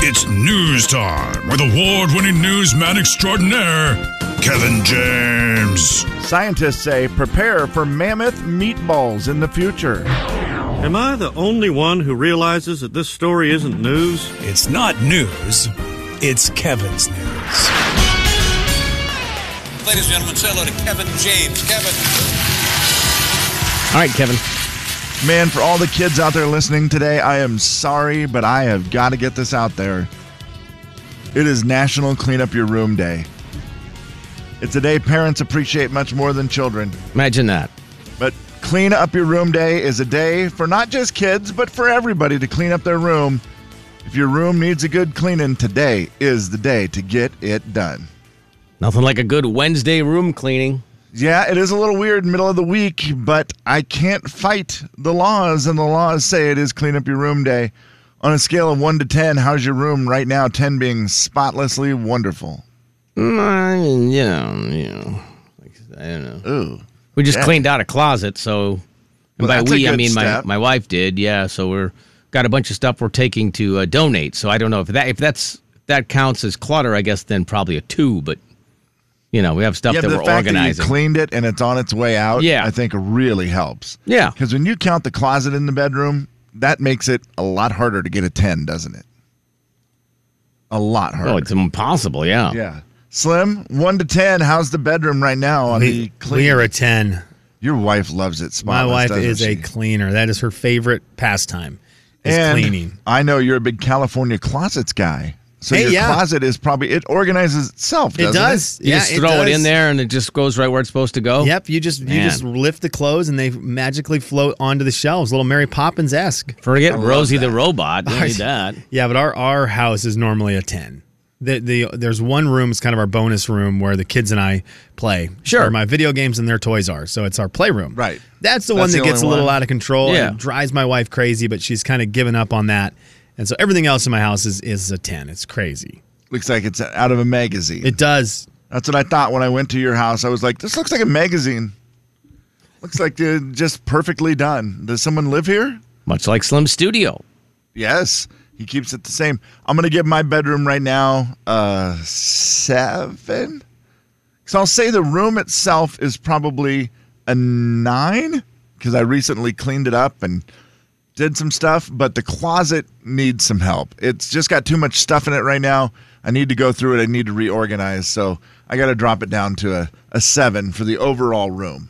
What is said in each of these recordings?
It's news time with award winning newsman extraordinaire, Kevin James. Scientists say prepare for mammoth meatballs in the future. Am I the only one who realizes that this story isn't news? It's not news, it's Kevin's news. Ladies and gentlemen, say hello to Kevin James. Kevin. All right, Kevin. Man, for all the kids out there listening today, I am sorry, but I have got to get this out there. It is National Clean Up Your Room Day. It's a day parents appreciate much more than children. Imagine that. But Clean Up Your Room Day is a day for not just kids, but for everybody to clean up their room. If your room needs a good cleaning, today is the day to get it done. Nothing like a good Wednesday room cleaning. Yeah, it is a little weird middle of the week, but I can't fight the laws, and the laws say it is clean up your room day. On a scale of one to ten, how's your room right now? Ten being spotlessly wonderful. Mm, I mean, you know, you know, like, I don't know. Ooh. We just Yeah. cleaned out a closet, so and Well, that's by a we I good mean my, step. my wife did. Yeah, so we're got a bunch of stuff we're taking to uh, donate. So I don't know if that if that's that counts as clutter. I guess then probably a two, but you know we have stuff yeah, that but the we're fact that organizing. you cleaned it and it's on its way out, Yeah. I think really helps. Yeah. Because when you count the closet in the bedroom, that makes it a lot harder to get a ten, doesn't it? A lot harder. oh, it's impossible. Yeah. yeah. Slim, one to ten, how's the bedroom right now on the We, clean? we are a 10. Your wife loves it. My Spotless, wife doesn't is a she? cleaner. That is her favorite pastime. Is And cleaning. I know you're a big California closets guy. So Hey, your yeah. closet is probably it organizes itself. It Doesn't does. You yeah, just throw it, does. in there and it just goes right where it's supposed to oh, go. Yep, you just you Man. just lift the clothes and they magically float onto the shelves. Little Mary Poppins esque. Forget Rosie the robot. Don't need that. Yeah, but our our house is normally a ten. The, the there's one room, it's kind of our bonus room where the kids and I play. Sure. Where my video games and their toys are. So it's our playroom. Right. That's the That's one the that gets a only little one. out of control Yeah. and drives my wife crazy, but she's kind of given up on that. And so everything else in my house is is a ten. It's crazy. Looks like it's out of a magazine. It does. That's what I thought when I went to your house. I was like, this looks like a magazine. Looks like they're just perfectly done. Does someone live here? Much like Slim Studio. Yes. He keeps it the same. I'm gonna give my bedroom right now uh seven. So I'll say the room itself is probably a nine because I recently cleaned it up and did some stuff, but the closet needs some help. It's just got too much stuff in it right now. I need to go through it. I need to reorganize. So I got to drop it down to a, a seven for the overall room.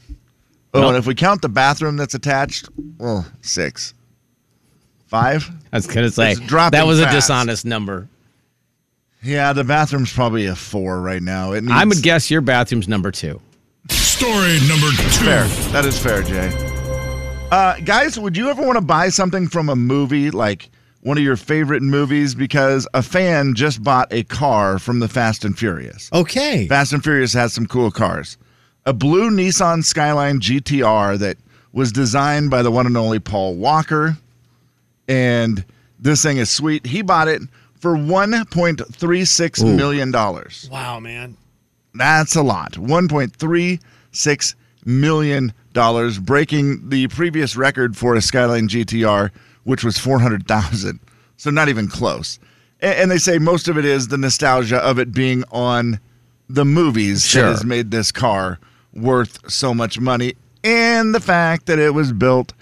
Oh, and if we count the bathroom that's attached, well, six. Five? I was gonna say It's dropping that was fast. a dishonest number. Yeah, the bathroom's probably a four right now. It needs, I would guess your bathroom's number two. Story number two. Fair. That is fair, Jay. Uh, guys, would you ever want to buy something from a movie, like one of your favorite movies, because a fan just bought a car from the Fast and Furious? Okay. Fast and Furious has some cool cars. A blue Nissan Skyline GTR that was designed by the one and only Paul Walker. And this thing is sweet. He bought it for $1.36 million. dollars. wow, man. That's a lot. $1.36 million, breaking the previous record for a Skyline GTR, which was 400,000. So not even close. A- And, they say most of it is the nostalgia of it being on the movies that Sure. has made this car worth so much money and the fact that it was built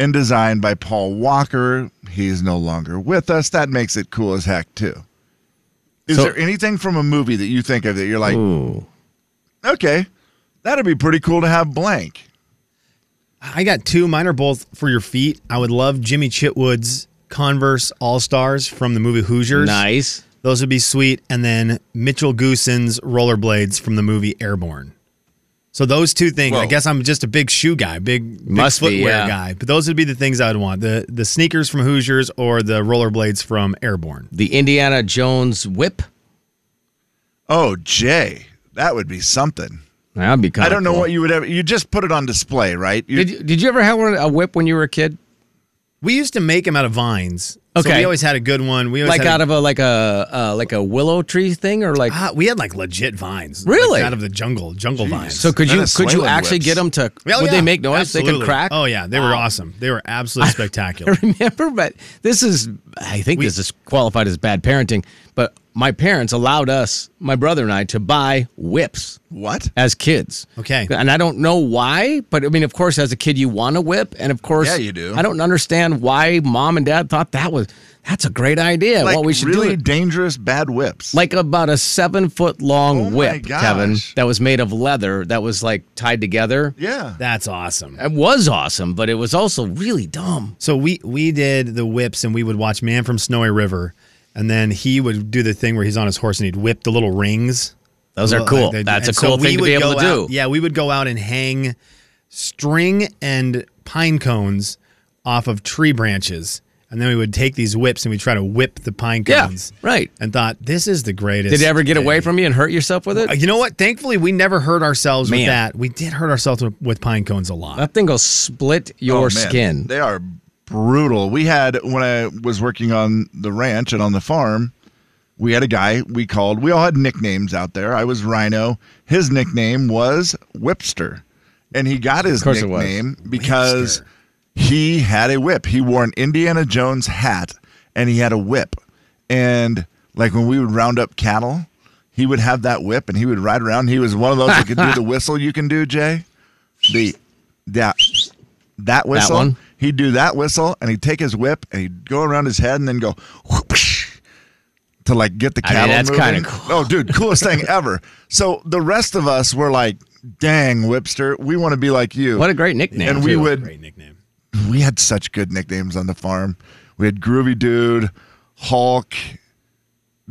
and designed by Paul Walker. He's no longer with us. That makes it cool as heck, too. Is So- there anything from a movie that you think of that you're like, Ooh. okay, that'd be pretty cool to have blank. I got two. Mine are both for your feet. I would love Jimmy Chitwood's Converse All Stars from the movie Hoosiers. Nice. Those would be sweet. And then Mitchell Goosen's rollerblades from the movie Airborne. So those two things. I Whoa. guess I'm just a big shoe guy, big, big Must be, footwear yeah. guy. But those would be the things I would want: the the sneakers from Hoosiers or the rollerblades from Airborne. The Indiana Jones whip. Oh, Jay, that would be something. That'd be kind I don't know what you would ever. You just put it on display, right? You, Did you, did you ever have one, a whip when you were a kid? We used to make them out of vines. so Okay. we always had a good one. We always Like had a- out of a like a uh, like a willow tree thing, or like Ah, we had like legit vines, Really? like out of the jungle, jungle vines. so? Could That you is could you Swaylin actually whips. get them to? Oh, would yeah. they make noise? They could Absolutely. crack. Oh yeah, they were awesome. They were absolutely spectacular. Remember, but this is I think this is qualified as bad parenting, but my parents allowed us, my brother and I, to buy whips What? as kids. Okay. And I don't know why, but I mean, of course, as a kid, you want a whip, and of course, Yeah, you do. I don't understand why mom and dad thought that was that's a great idea. Like well, we should do really it. dangerous bad whips. like about a seven foot Oh long my whip, Kevin, gosh. that was made of leather that was like tied together. yeah. That's awesome. It was awesome, but it was also really dumb. So we we did the whips and we would watch Man from Snowy River, and then he would do the thing where he's on his horse and he'd whip the little rings. Those are Like cool. they- That's a and so cool we thing to would be able to go do. out- yeah, we would go out and hang string and pine cones off of tree branches, and then we would take these whips and we would try to whip the pine Yeah, cones. right. And thought this is the greatest. Did it ever get thing. away from you and hurt yourself with it? Uh, You know what? Thankfully, we never hurt ourselves with Man. that. We did hurt ourselves with, with pine cones a lot. that thing will split Oh, your man. skin. They are brutal. We had when I was working on the ranch and on the farm, we had a guy we called. We all had nicknames out there. I was Rhino. His nickname was Whipster, and he got his course it was. nickname because Whipster. he had a whip. He wore an Indiana Jones hat and he had a whip. And like when we would round up cattle, he would have that whip and he would ride around. He was one of those that could do the whistle you can do, Jay. The that that whistle. one? He'd do that whistle and he'd take his whip and he'd go around his head and then go whoopsh, to like get the I mean, cattle. that's moving. kinda cool. Oh, dude, coolest thing ever. So the rest of us were like, dang, Whipster, we want to be like you. What a great nickname. and we too. would Great nickname. we had such good nicknames on the farm. We had Groovy Dude, Hulk,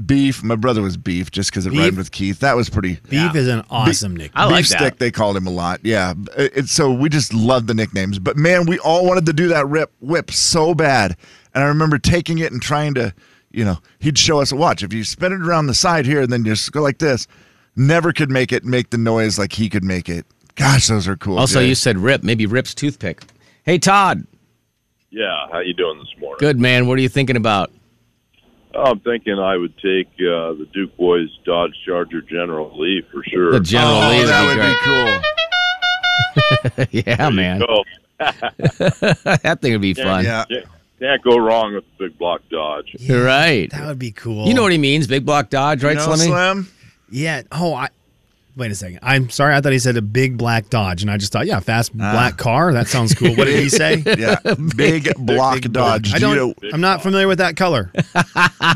Beef. My brother was Beef just because it Beef? rhymed with Keith. That was pretty. Beef is an awesome nickname. I like Beef that. Stick, they called him a lot. Yeah. It, it- so we just loved the nicknames. But man, we all wanted to do that rip whip so bad. And I remember taking it and trying to, you know, he'd show us a watch. If you spin it around the side here and then just go like this, never could make it make the noise like he could make it. Gosh, those are cool. Also, Jay. you said Rip, maybe Rip's toothpick. Hey, Todd. Yeah, how you doing this morning? Good man. What are you thinking about? I'm thinking I would take uh, the Duke boys Dodge Charger General Lee for sure. The General oh, Lee would that be would great. be cool. yeah, man. Oh, that thing would be fun. Yeah. can't, can't go wrong with the big block Dodge. You're right. That would be cool. You know what he means, big block dodge, right, You know, Slimmy? Slim? Yeah. Oh, I. Wait a second. I'm sorry. I thought he said a big black Dodge, and I just thought, yeah, fast Ah. black car. That sounds cool. What did he say? Yeah, big block dodge. I Do you don't. I'm not familiar with that color. know-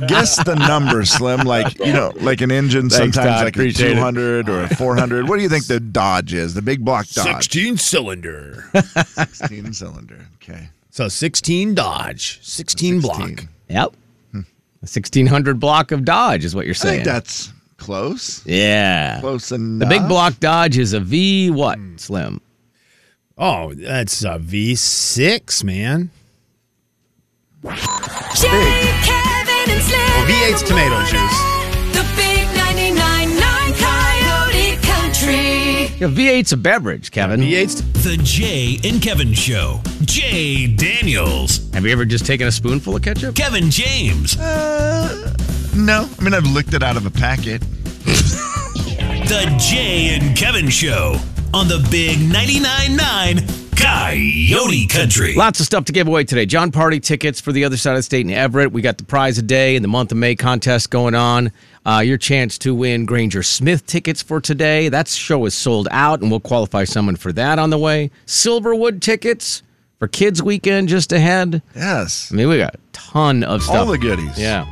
guess the number, Slim. Like you know, like an engine Thanks, sometimes Todd. like Appreciate a it. 200 or a 400. What do you think the Dodge is? The big block Dodge, cylinder. 16 cylinder. Okay, So 16 Dodge, 16, block. 16. Yep. Sixteen hundred block of Dodge is what you're I think saying. that's close. yeah. Close The enough. big block Dodge is a V what, Slim? Oh, that's a V6, man. Jay, Kevin, and Slim. Well, V8's in the Oh, tomato morning. juice. The big 99.9 Coyote Country. Yeah, V8's a beverage, Kevin. V8's. The Jay and Kevin Show. Jay Daniels. Have you ever just taken a spoonful of ketchup? Kevin James. Uh, no, I mean I've licked it out of a packet. The Jay and Kevin Show. On the big 99.9 Coyote Country. Lots of stuff to give away today. John Party tickets for the other side of the state in Everett. We got the prize a day and the month of May contest going on. Uh, your chance to win Granger Smith tickets for today. That show is sold out, and we'll qualify someone for that on the way. Silverwood tickets for Kids Weekend just ahead. Yes, I mean, we got a ton of stuff. all the goodies. Yeah.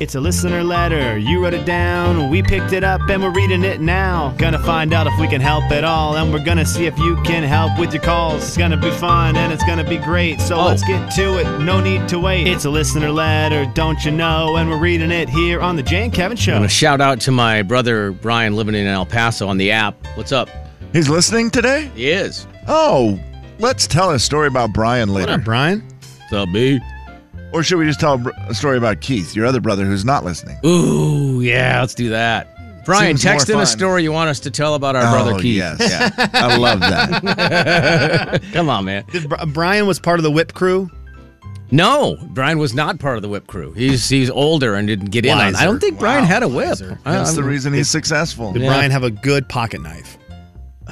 It's a listener letter. You wrote it down. We picked it up and we're reading it now. Gonna find out if we can help at all. And we're gonna see if you can help with your calls. It's gonna be fun and it's gonna be great. So Oh. let's get to it. No need to wait. It's a listener letter, don't you know? And we're reading it here on The Jane Kevin I'm Show. going to shout out to my brother Brian living in El Paso on the app. What's up? he's listening today. He is. Oh, let's tell a story about Brian What up, later, Brian? What's up, B? or should we just tell a br- a story about Keith, your other brother who's not listening? Ooh, yeah, let's do that. Brian, Seems more text in fun. a story you want us to tell about our oh, brother Keith. Yes, yeah. I love that. Come on, man. Did Bri- Brian was part of the whip crew. No, Brian was not part of the whip crew. He's he's older and didn't get in. on it. I Wiser. don't think Brian Wow, had a whip. wiser. I- That's the I'm- reason he's successful. Did Yeah. Brian have a good pocket knife?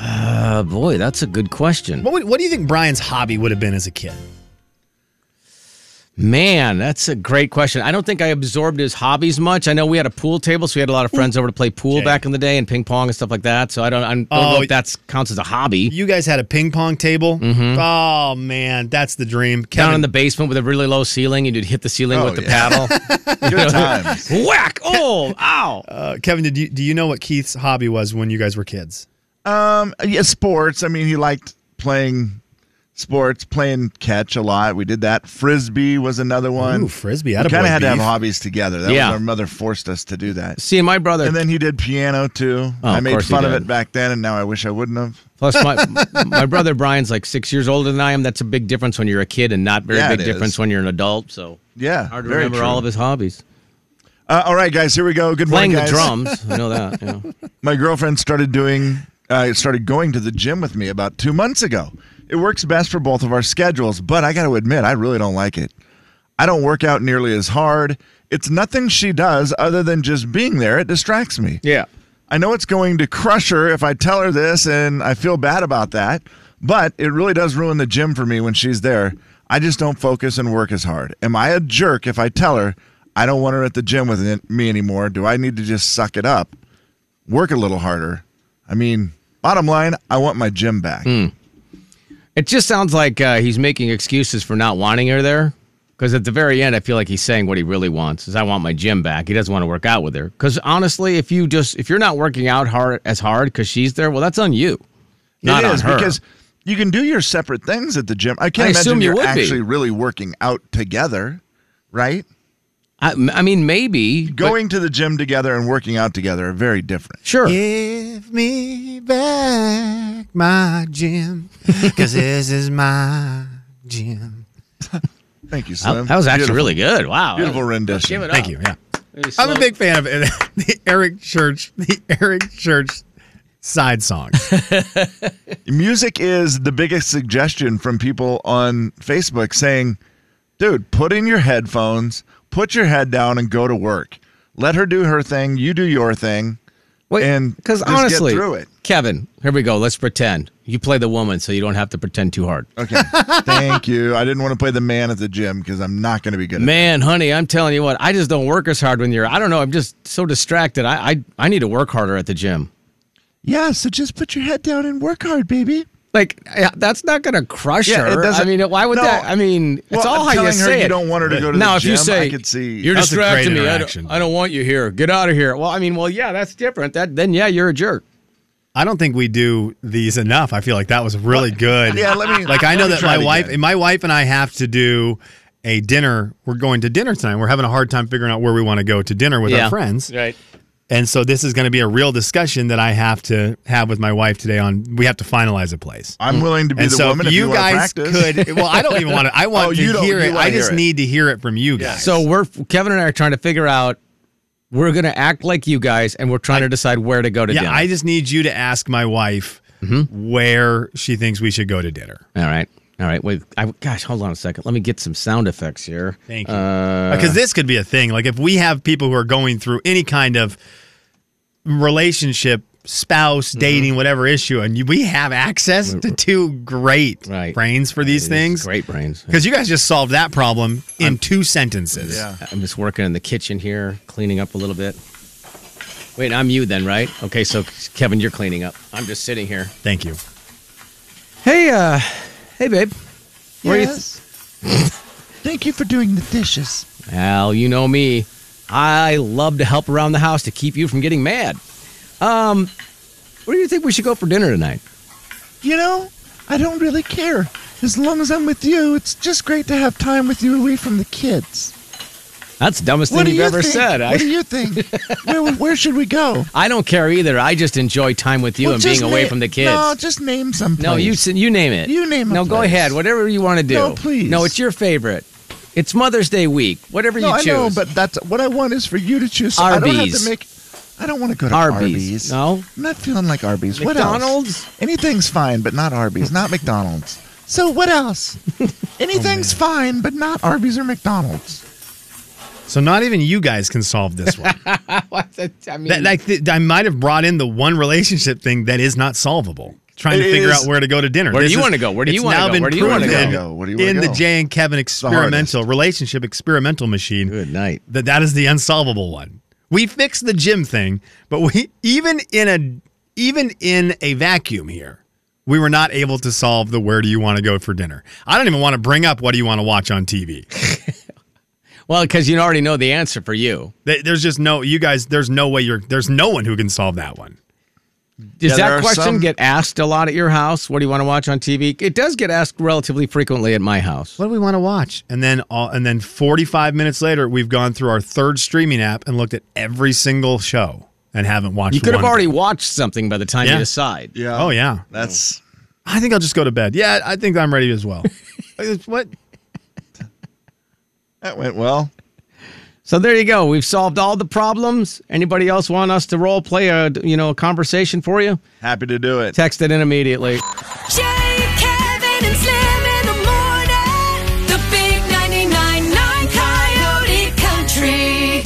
Uh, boy, that's a good question. What, would, what do you think Brian's hobby would have been as a kid? Man, that's a great question. I don't think I absorbed his hobbies much. I know we had a pool table, so we had a lot of friends over to play pool Okay. back in the day and ping pong and stuff like that. So I don't, I don't know Oh, if that counts as a hobby. You guys had a ping pong table. Oh man, that's the dream. Mm-hmm. Down Kevin, in the basement with a really low ceiling, and you'd hit the ceiling Oh, with the yeah. paddle. Good times. Whack! Oh, ow! uh, Kevin, did you do you know what Keith's hobby was when you guys were kids? Um, yeah, sports. I mean, he liked playing sports, playing catch a lot. We did that. Frisbee was another one. Ooh, frisbee. We Attaboy, kind of had to have Beef. hobbies together. That Yeah. was our mother forced us to do that. See, my brother. And then he did piano too. Oh, I of made course he fun of did. it back then, and now I wish I wouldn't have. Plus, my my brother Brian's like six years older than I am. That's a big difference when you're a kid, and not very Yeah, big it difference is. when you're an adult. So Yeah, hard to very remember true. all of his hobbies. Uh, all right, guys, here we go. Good Playing morning, the guys. drums, I know that. Yeah. My girlfriend started doing, uh, started going to the gym with me about two months ago. It works best for both of our schedules, but I got to admit, I really don't like it. I don't work out nearly as hard. It's nothing she does other than just being there. It distracts me. yeah. I know it's going to crush her if I tell her this, and I feel bad about that, but it really does ruin the gym for me when she's there. I just don't focus and work as hard. Am I a jerk if I tell her I don't want her at the gym with n- me anymore? Do I need to just suck it up, work a little harder? I mean, bottom line, I want my gym back. Hmm, It just sounds like uh, he's making excuses for not wanting her there. Because at the very end, I feel like he's saying what he really wants is I want my gym back. He doesn't want to work out with her. Because honestly, if you just if you're not working out hard as hard because she's there, well, that's on you. Not it on is her. because you can do your separate things at the gym. I can't I imagine assume you you're would be. actually really working out together, right? I, I mean, maybe but- Going to the gym together and working out together are very different. sure. Give me back my gym, because this is my gym. Thank you, Slim. That that was actually Beautiful. really good. Wow. Beautiful rendition. Give it up. Thank you. Yeah, Maybe I'm slow- a big fan of it. the Eric Church, the Eric Church side song. Music is the biggest suggestion from people on Facebook saying, dude, put in your headphones, put your head down, and go to work. Let her do her thing, you do your thing. and because just get honestly, through it. Kevin, here we go. Let's pretend you play the woman, so you don't have to pretend too hard. Okay. Thank you. I didn't want to play the man at the gym because I'm not going to be good at it. Man, honey, I'm telling you what, I just don't work as hard when you're. I don't know. I'm just so distracted. I I, I need to work harder at the gym. Yeah, so just put your head down and work hard, baby. Like I- that's not gonna crush Yeah, it her. I doesn't- mean, why would No. that? I mean, it's Well, all how telling you her say you it. don't want her to go to now, the if gym, you say I could see. you're That's a great distracting me, I interaction. don't, I don't want you here. Get out of here. Well, I mean, well, yeah, that's different. That then, yeah, you're a jerk. I don't think we do these enough. I feel like that was really good. Yeah, let me- Like I let know me that try my it wife, again. my wife and I have to do a dinner. We're going to dinner tonight. We're having a hard time figuring out where we want to go to dinner with Yeah. our friends. Right. And so this is going to be a real discussion that I have to have with my wife today. On we have to finalize a place. I'm willing to be and the so woman if if you, wanna guys practice. could. Well, I don't even want to. I want Oh, to you don't- hear you it. wanna I just hear it. need to hear it from you guys. So we're Kevin and I are trying to figure out. We're gonna act like you guys, and we're trying to decide where to go to yeah, dinner. I just need you to ask my wife Mm-hmm. where she thinks we should go to dinner. all right, all right. Wait, I, gosh, hold on a second. Let me get some sound effects here. Thank you. Uh, because this could be a thing. Like if we have people who are going through any kind of relationship, spouse, Mm-hmm. dating, whatever issue, and you, we have access to two great Right. brains for these It is things. Great brains. Because you guys just solved that problem in two sentences. Yeah. I'm just working in the kitchen here, cleaning up a little bit. Wait, I'm you then, right? Okay, so Kevin, you're cleaning up. I'm just sitting here. Thank you. Hey, uh, hey, babe. Where you Thank you for doing the dishes. Al, you know me. I love to help around the house to keep you from getting mad. Um, where do you think we should go for dinner tonight? You know, I don't really care. As long as I'm with you, it's just great to have time with you away from the kids. That's the dumbest What thing do you've you ever think? said. What do I, you think? where, where should we go? I don't care either. I just enjoy time with you Well, and just being away na- from the kids. No, just name some. No, you s- you name it. You name a No, go place. ahead. Whatever you want to do. No, please. No, it's your favorite. It's Mother's Day week. Whatever No, you I choose. know, but that's what I want is for you to choose. I don't have Arby's. to make. I don't want to go to Arby's. Arby's. No. I'm not feeling like Arby's. What else? McDonald's? Anything's fine, but not Arby's, not McDonald's. So what else? Anything's Oh, fine, but not Arby's or McDonald's. So not even you guys can solve this one. What? I mean, Mm. that, like th- I might have brought in the one relationship thing that is not solvable. trying to It figure is- out where to go to dinner. Where do This you is- wanna go? Where do you it's wanna now go? been Where do you wanna proven go? Where do you wanna in the go? Jay and Kevin experimental relationship experimental machine. Good night. That that is the unsolvable one. We fixed the gym thing, but we even in a even in a vacuum here, we were not able to solve the where do you want to go for dinner. I don't even want to bring up what do you want to watch on TV. Well, because you already know the answer for you. They- There's just no you guys. There's no way you're. There's no one who can solve that one. Does Yeah, there that are question some- get asked a lot at your house? What do you want to watch on TV? It does get asked relatively frequently at my house. What do we want to watch? And then all, and then 45 minutes later, we've gone through our third streaming app and looked at every single show and haven't watched. You could have one of already them. watched something by the time Yeah. you decide. Yeah. Oh yeah. That's I think I'll just go to bed. Yeah, I think I'm ready as well. what? that went well. So there you go. We've solved all the problems. Anybody else want us to role play a you know a conversation for you? Happy to do it. Text it in immediately. Jay, Kevin, and Slim in the morning. The big 99.9 Coyote Country.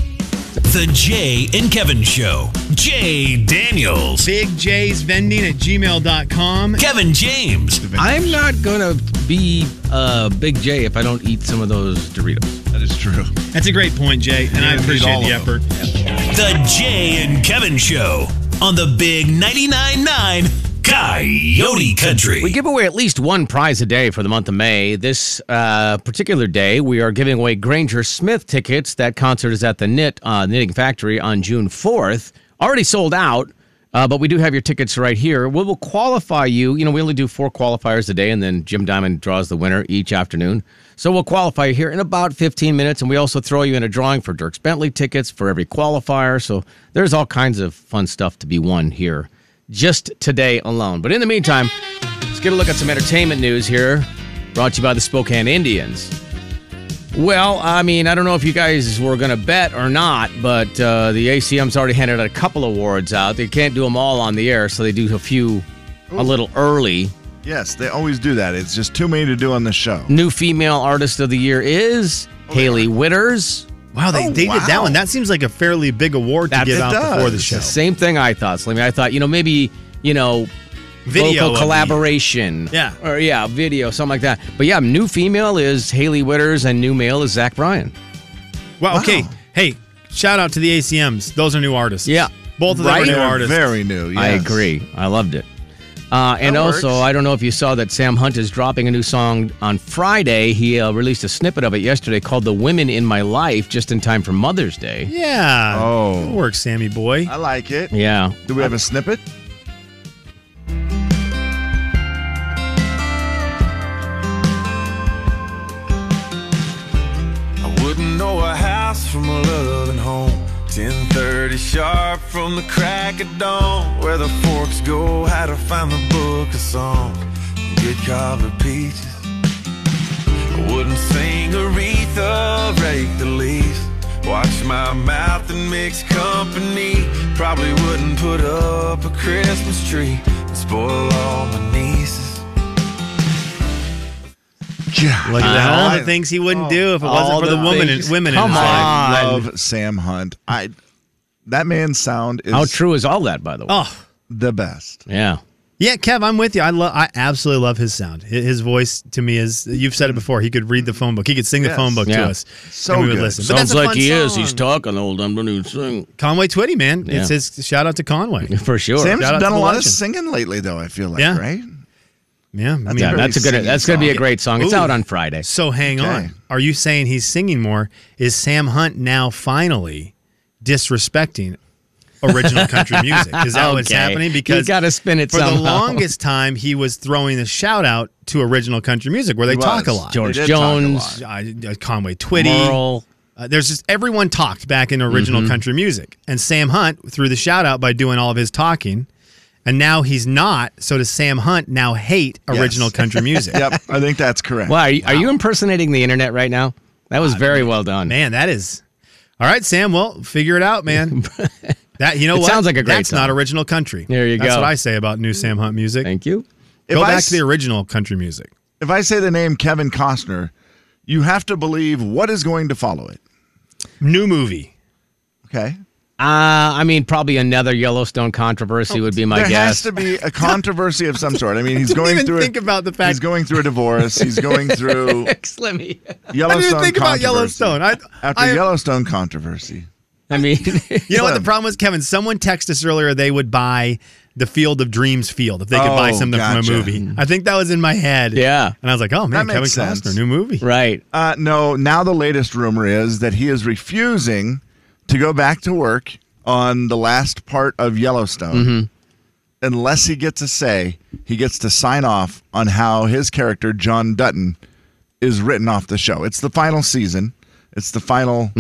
The Jay and Kevin Show. Jay Daniels. Big J's vending at gmail.com. Kevin James. I'm not gonna be uh, Big J if I don't eat some of those Doritos. That is true. That's a great point, Jay, and I appreciate the effort. The Jay and Kevin Show on the Big 99.9 9 Coyote Country. We give away at least one prize a day for the month of May. This uh, particular day, we are giving away Granger Smith tickets. That concert is at the Knit uh, Knitting Factory on June 4th. Already sold out, uh, but we do have your tickets right here. We will qualify you. You know, we only do four qualifiers a day, and then Jim Diamond draws the winner each afternoon. So we'll qualify you here in about 15 minutes, and we also throw you in a drawing for Dirks Bentley tickets for every qualifier. So there's all kinds of fun stuff to be won here just today alone. But in the meantime, Let's get a look at some entertainment news here, brought to you by the Spokane Indians. Well, I mean, I don't know if you guys were going to bet or not, but uh, the ACM's already handed a couple awards out. They can't do them all on the air, so they do a few a little early. Yes, they always do that. It's just too many to do on the show. New female artist of the year is Oh, Haley Witters. Wow, they, Oh, they did that wow. one. That seems like a fairly big award to That- give it out before the does. show. Same thing I thought, Slimmy. I thought, you know, maybe, you know, Video of vocal the- collaboration. Yeah. Or yeah, video, something like that. But yeah, new female is Haley Witters and new male is Zach Bryan. Well, okay. Wow. Hey, shout out to the ACMs. Those are new artists. Yeah. Both of them Right? are new They're artists. Very new. I yes. agree. I loved it. Uh, and That also, works. I don't know if you saw that Sam Hunt is dropping a new song on Friday. He uh, released a snippet of it yesterday called The Women in My Life just in time for Mother's Day. Yeah. Oh. Good work, Sammy boy. I like it. Yeah. Do we have a snippet? I wouldn't know a house from a loving home. 10:30 sharp from the crack of dawn. Where the forks go, how to find the book of songs. Good covered peaches. I wouldn't sing Aretha, rake the leaves. Watch my mouth and mix company. Probably wouldn't put up a Christmas tree and spoil all my nieces. Yeah. Look at that. All I the things he wouldn't do if it Oh, all wasn't for the, the woman things- in, women Come in his life. on. love Sam Hunt. I that man's sound is How true is all that, by the way? Oh. the best. Yeah. Yeah, Kev, I'm with you. I love I absolutely love his sound. Hi- His voice to me is you've said it before. He could read the phone book. He could sing the Yes. phone book Yeah. to us. So and we would good. listen. But Sounds that's a like fun he is. He's song. talking old. I'm going to sing. Conway Twitty, man. Yeah. It's his shout out to Conway. For sure. Sam's Shout out done to a the lot of legend. singing lately, though. I feel like Yeah. right. Yeah, I mean, yeah, very that's a good. singing That's going to be a song. great song. It's Ooh. out on Friday. So hang Okay. on. Are you saying he's singing more? Is Sam Hunt now finally disrespecting original country music? Is that what's Okay. happening? You Because gotta spin it for the somehow. longest time. He was throwing the shout out to original country music where they He talk a was. lot. George They did talk a Jones, Uh, Conway Twitty. Merle. Mm-hmm. Uh, there's just everyone talked back in original country music, and Sam Hunt threw the shout out by doing all of his talking, and now he's not. So does Sam Hunt now hate original country music? Yep, I think that's correct. Wow, are you, are you impersonating the internet right now? That was very well done. Man, that is all right, Sam. Well, figure it out, man. that you know It what sounds like a great That's not song. original country. There you That's go. what I say about new Sam Hunt music. Thank you. If Go I back s- to the original country music. If I say the name Kevin Costner, you have to believe what is going to follow it. New movie. Okay. Uh, I mean, probably another Yellowstone controversy would be my there guess. has to be a controversy of some sort. I mean, he's going even through. think a, about the fact- he's going through a divorce. He's going through Slimmy. I Yellowstone. didn't even think about controversy. Yellowstone. I, After I, Yellowstone controversy, I mean, You know what the Slim. problem was, Kevin? Someone texted us earlier they would buy the Field of Dreams field if they could buy Oh, something gotcha. from a movie. I think that was in my head. Yeah. And I was like, oh man, That Kevin makes sense. Costner, new movie. right. uh, no. Now the latest rumor is that he is refusing to go back to work on the last part of Yellowstone unless he gets a say. He gets to sign off on how his character John Dutton is written off the show. It's the final season. It's the final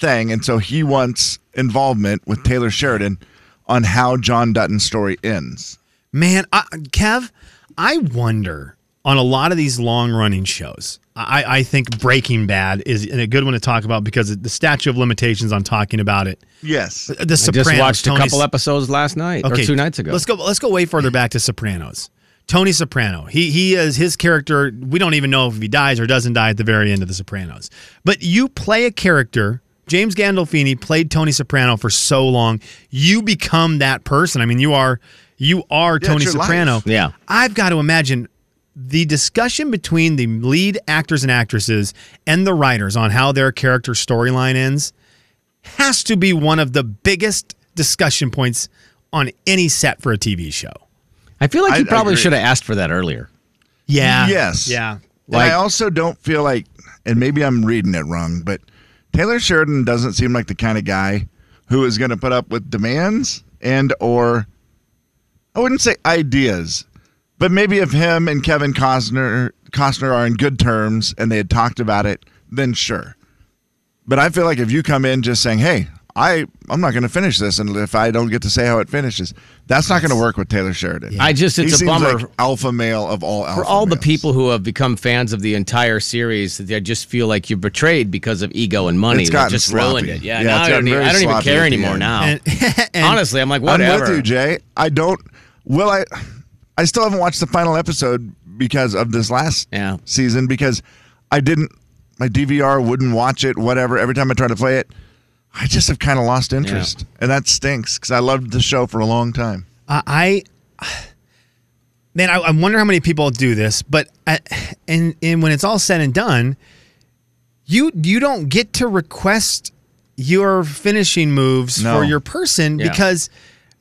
thing, and so he wants involvement with Taylor Sheridan on how John Dutton's story ends. Man, I, Kev, I wonder on a lot of these long running shows. I, I think Breaking Bad is a good one to talk about because the statute of limitations on talking about it. Yes. The I Sopranos, just watched a Tony couple episodes last night or two nights ago. Let's go. Let's go way further back to Sopranos. Tony Soprano. He he is his character. We don't even know if he dies or doesn't die at the very end of the Sopranos. But you play a character. James Gandolfini played Tony Soprano for so long. You become that person. I mean, you are you are Yeah, Tony it's your Soprano. life. Yeah. I've got to imagine the discussion between the lead actors and actresses and the writers on how their character storyline ends has to be one of the biggest discussion points on any set for a TV show. I feel like I- you I probably agree. should have asked for that earlier. Yeah. Yes. Yeah. and Like- I also don't feel like, and maybe I'm reading it wrong, but Taylor Sheridan doesn't seem like the kind of guy who is going to put up with demands and or I wouldn't say ideas, but maybe if him and Kevin Costner Costner are in good terms and they had talked about it, then sure. But I feel like if you come in just saying, "Hey, I I'm not going to finish this," and if I don't get to say how it finishes, that's not going to work with Taylor Sheridan. I just- He it's a seems bummer. like alpha male of all alpha For all the males. people who have become fans of the entire series, that I just feel like you're betrayed because of ego and money. It's That gotten just sloppy. ruined it. Yeah, Yeah, now it's I gotten don't, even, very I don't even sloppy care at the anymore end. now. And- and- Honestly, I'm like, whatever. I'm with you, Jay. I don't. Will I? I still haven't watched the final episode because of this last Yeah. season because I didn't. My DVR wouldn't watch it. Whatever. Every time I try to play it, I just have kind of lost interest, and that stinks because I loved the show for a long time. I, man, I, I wonder how many people do this, but I, and and when it's all said and done, you you don't get to request your finishing moves No. for your person Yeah. because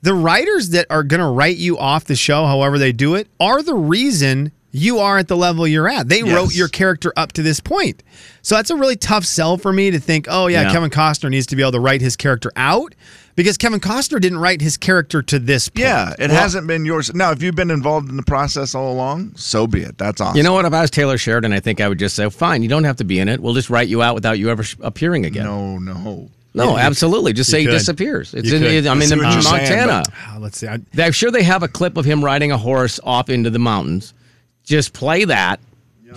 the writers that are going to write you off the show, however they do it, are the reason you are at the level you're at. They wrote Yes. your character up to this point, so that's a really tough sell for me to think, oh yeah, Yeah. Kevin Costner needs to be able to write his character out. Because Kevin Costner didn't write his character to this point. Yeah, it Well, hasn't been yours. Now, if you've been involved in the process all along, so be it. That's awesome. You know what? If I was Taylor Sheridan, I think I would just say, fine, you don't have to be in it. We'll just write you out without you ever sh- appearing again. no, no. No, absolutely. Just say he could. disappears. It's You in, could. I'm I in see the, what you're Montana. saying, Ah, let's see. I, I'm sure they have a clip of him riding a horse off into the mountains. Just play that.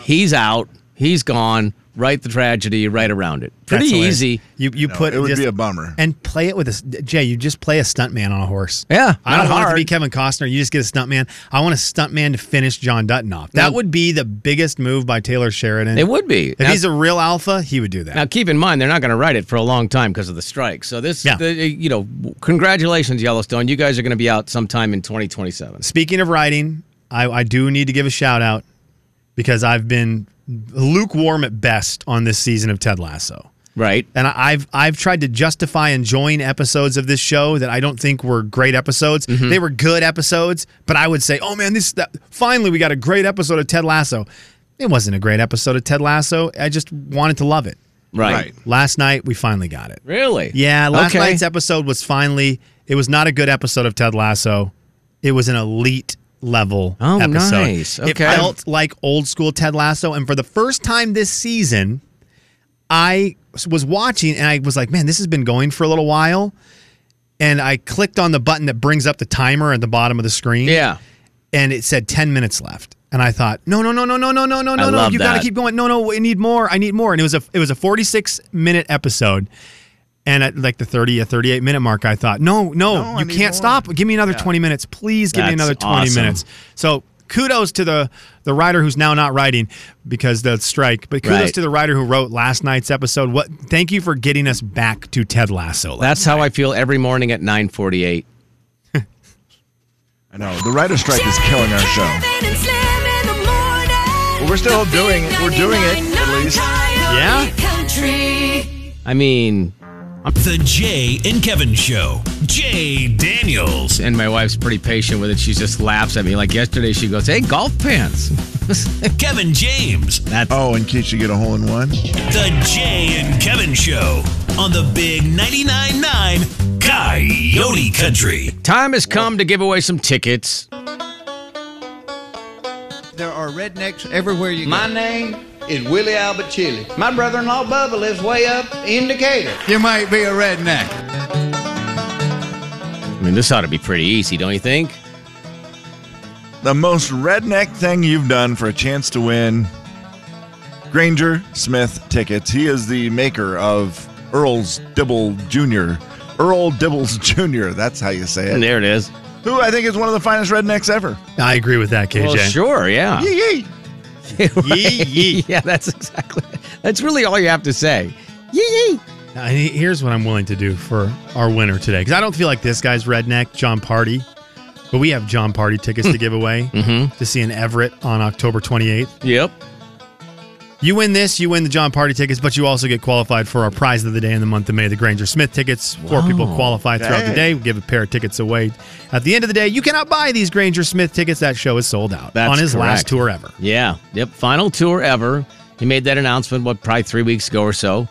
He's out. He's gone. Write the tragedy right around it. Pretty that's hilarious. easy. You you put it would just- be a bummer. and play it with a s- Jay. You just play a stuntman on a horse. Yeah, I don't not want it to be hard. Kevin Costner. You just get a stuntman. I want a stuntman to finish John Dutton off. That Now- would be the biggest move by Taylor Sheridan. It would be. If Now, he's a real alpha, he would do that. now, keep in mind, they're not going to write it for a long time because of the strike. So this, Yeah. the, you know, congratulations, Yellowstone. You guys are going to be out sometime in 2027. Speaking of writing, I, I do need to give a shout out because I've been lukewarm at best on this season of Ted Lasso. Right. and I- I've I've tried to justify enjoying episodes of this show that I don't think were great episodes. They were good episodes, but I would say, oh man, this that, finally we got a great episode of Ted Lasso. It wasn't a great episode of Ted Lasso. I just wanted to love it. Right. Right. Last night we finally got it. Really? Yeah, last okay. night's episode was finally. It was not a good episode of Ted Lasso. It was an elite level Oh, episode. nice. It Okay. felt like old school Ted Lasso, and for the first time this season, I was watching and I was like, "Man, this has been going for a little while." And I clicked on the button that brings up the timer at the bottom of the screen Yeah. and it said 10 minutes left. And I thought, no, no, no, no, no, no, no, no, no, no. love You got to that. keep going. No, no, I need more. I need more. And it was a it was a 46 minute episode. And at like the 30 or 38 minute mark, I thought, no, no, I you need can't more. stop. Give me another 20 minutes. Please give me That's another 20 awesome. minutes. So kudos to the the writer who's now not writing because the strike. But kudos Right. to the writer who wrote last night's episode. What? Thank you for getting us back to Ted Lasso. That's how I feel every morning at 9:48. I know. The writer strike is killing our show. Kevin and Slim in the morning. But we're still doing it. We're doing it, at least. Coyote Yeah? Country. I mean, The Jay and Kevin Show. Jay Daniels. and my wife's pretty patient with it. She just laughs at me. Like yesterday, she goes, "Hey, golf pants." Kevin James. That's Oh, in case you get a hole in one. The Jay and Kevin Show on the Big 99.9 9 Coyote Country. time has come to give away some tickets. There are rednecks everywhere you go. My name is Willie Albert Chili. My brother-in-law Bubba lives way up in Decatur. You might be a redneck. I mean, this ought to be pretty easy, don't you think? The most redneck thing you've done for a chance to win Granger Smith tickets. He is the maker of Earl's Dibble Jr. Earl Dibbles Jr. That's how you say And it. there it is. Who I think is one of the finest rednecks ever. I agree with that, KJ. Well, sure, yeah. Yee yee. Yee, yee. yeah, that's exactly. That's really all you have to say. Yee yee. Now, he- here's what I'm willing to do for our winner today because I don't feel like this guy's redneck, John Party, but we have John Party tickets Hmm. to give away Mm-hmm. to see in Everett on October 28th. Yep. You win this, you win the John Party tickets, but you also get qualified for our prize of the day in the month of May, the Granger Smith tickets. Four people qualify throughout the Dang. day. We give a pair of tickets away. At the end of the day, you cannot buy these Granger Smith tickets. That show is sold out That's on his last correct. tour ever. Yeah. Yep. Final tour ever. He made that announcement, what, probably three weeks ago or so.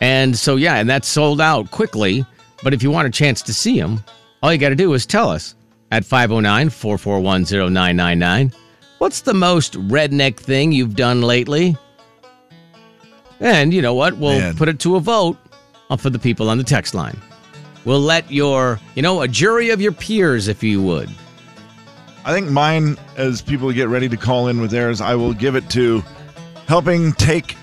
And so, yeah, and that sold out quickly. But if you want a chance to see him, all you got to do is tell us at 509 441 0999. What's the most redneck thing you've done lately? And you know what? We'll Man. put it to a vote uh, for the people on the text line. We'll let your, you know, a jury of your peers, if you would. I think mine, as people get ready to call in with theirs, I will give it to helping take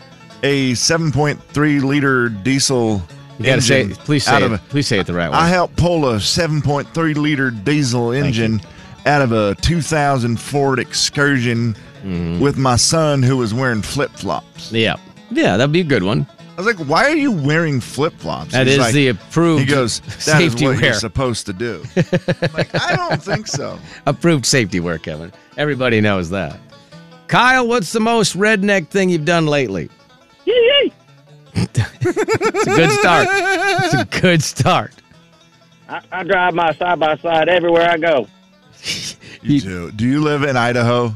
a 7.3 liter diesel. You got to say, engine please say, out it, of a- please say it the right way. I helped pull a 7.3 liter diesel engine out of a 2000 Ford Excursion Mm-hmm. with my son who was wearing flip flops. Yeah. Yeah, that'd be a good one. I was like, "Why are you wearing flip flops?" That is the approved He goes, "That is safety what wear. you're supposed to do." I'm like, I don't think so. Approved safety wear, Kevin. Everybody knows that. Kyle, what's the most redneck thing you've done lately? it's a good start. It's a good start. I, I drive my side by side everywhere I go. You You- do. Do you live in Idaho?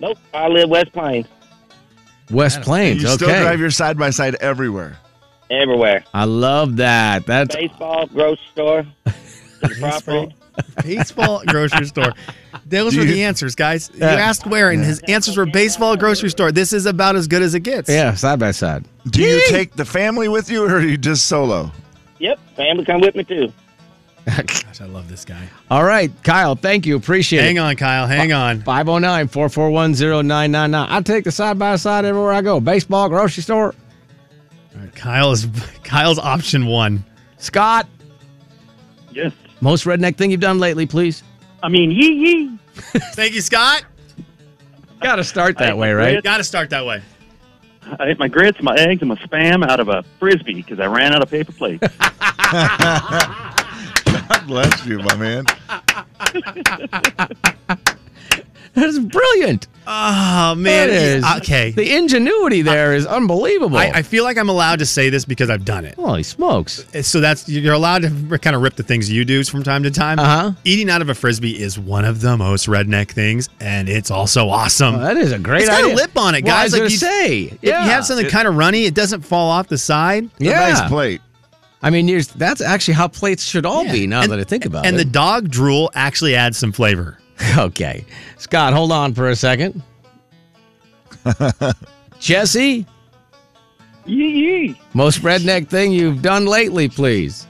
Nope, I live West Plains. West You Plains. still Okay. drive your side by side everywhere. Everywhere. I love that. That's Baseball, grocery store, to the property. baseball grocery store. Those Do were you- the answers, guys. You Yeah. asked where, and his answers were baseball grocery store. This is about as good as it gets. yeah, side by side. Do you take the family with you, or are you just solo? Yep, family come with me too. Gosh, I love this guy. All right, Kyle, thank you. Appreciate Hang it. on, Kyle. Hang on. 509 441 0999. I take the side by side everywhere I go. Baseball, grocery store. All right, Kyle is Kyle's option one. Scott, Yes. most redneck thing you've done lately, please. I mean, yee yee. Thank you, Scott. Got to start that way, You right? got to start that way. I ate my grits, my eggs, and my spam out of a frisbee because I ran out of paper plates. God bless you, my man. That's brilliant. Oh man, That is okay. The ingenuity there is unbelievable. I, I feel like I'm allowed to say this because I've done it. Holy smokes! So that's you're allowed to kind of rip the things you do from time to time. Uh-huh. Eating out of a frisbee is one of the most redneck things, and it's also awesome. Oh, That is a great It's got a idea. lip on it, Well, I guys, was like gonna you- say, If yeah. you have something kind of runny, it doesn't fall off the side. yeah. Nice plate. I mean, you're, that's actually how plates should all Yeah. be. Now And- that I think about And the it. dog drool actually adds some flavor. okay, Scott, hold on for a second. Jesse, yee yee. most redneck thing you've done lately, please.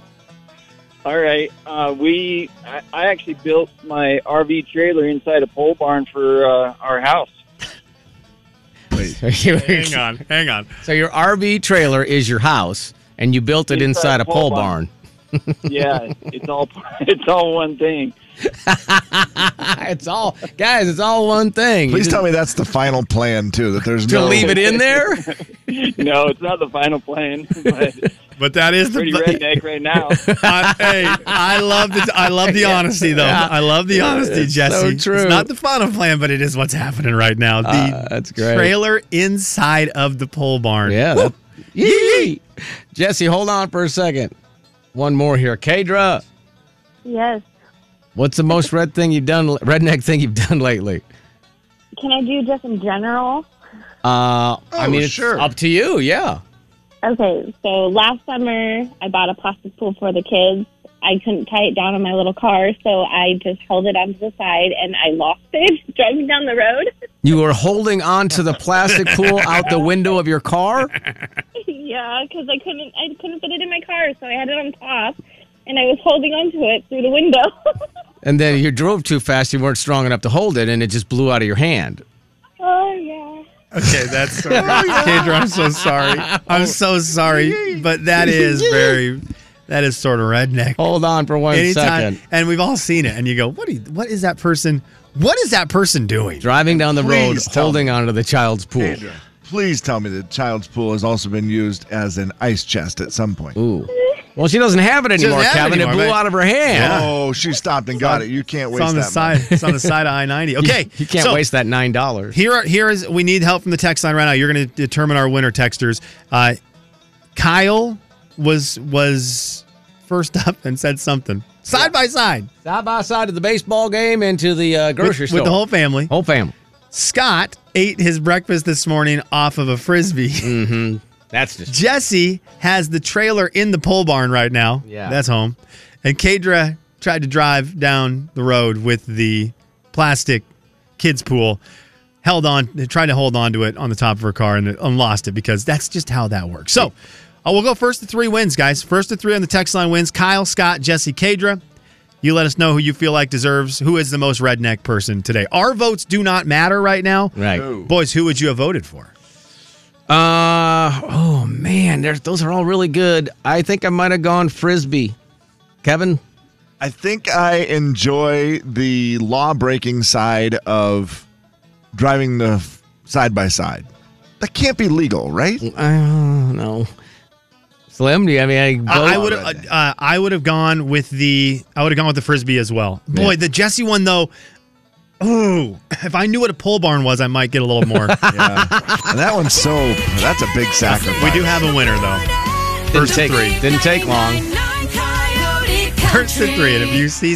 All right. Uh, we I, I actually built my RV trailer inside a pole barn for uh, our house. Hang on, hang on. so your RV trailer is your house, and you built it inside a pole barn. yeah, it's all it's all one thing. it's all guys. It's all one thing. Please tell me that's the final plan too. That there's to no leave it in there. no, it's not the final plan, but, but that is the pretty redneck right now. I, hey, I love the I love the honesty though. Yeah. I love the honesty, It's so Jesse. true. It's not the final plan, but it is what's happening right now. The Ah, that's great. trailer inside of the pole barn. Yeah. that- Yee! Jesse, hold on for a second. One more here. Kadra, Yes. what's the most red thing you've done? Redneck thing you've done lately? Can I do just in general? Uh, I mean, it's up to you. Yeah. Okay, so last summer I bought a plastic pool for the kids. I couldn't tie it down on my little car, so I just held it onto the side and I lost it driving down the road. You were holding on to the plastic pool out the window of your car. yeah, because I couldn't I couldn't fit it in my car, so I had it on top and I was holding onto it through the window. And then you drove too fast. You weren't strong enough to hold it, and it just blew out of your hand. oh yeah. Okay, that's Kendra. I'm so sorry. Oh. I'm so sorry, but that is very that is sort of redneck. Hold on for one second. and we've all seen it. And you go, what? do you- what is that person? What is that person doing? Driving down the road, holding onto the child's pool. Please tell me the child's pool has also been used as an ice chest at some point. Ooh. Well, she doesn't have it anymore, Kevin. It blew out of her hand. Oh, she stopped and got it. You can't It's waste on the that side. money. It's on the side of I ninety. Okay, You, you can't so- waste that nine dollars. Here, are, here is we need help from the text line right now. You're going to determine our winner, texters. Uh, Kyle was was first up and said something side by side Side by side to the baseball game and to the uh, grocery with, store. with the whole family. Whole family. Scott ate his breakfast this morning off of a frisbee. Mm-hmm. That's just Jesse has the trailer in the pole barn right now. Yeah. that's home. And Kadra tried to drive down the road with the plastic kids pool, held on, tried to hold on to it on the top of her car, and, it- and lost it because that's just how that works. So. Uh, we'll go first to three wins, guys. First to three on the text line wins. Kyle, Scott, Jesse, Kadra. You let us know who you feel like deserves, who is the most redneck person today. Our votes do not matter right now. Right. Boys, who would you have voted for? Uh oh man, there's those are all really good. I think I might have gone frisbee. Kevin, I think I enjoy the law breaking side of driving the f- side by side. That can't be legal, right? I don't know. Slim, do you have any? vote? I would have. Uh, I would have gone with the. I would have gone with the frisbee as well. Boy, Yeah. the Jesse one though. Ooh, if I knew what a pole barn was, I might get a little more. that one's so. That's a big sacrifice. We do have a winner though. Didn't take, didn't take long. First to three, and if you see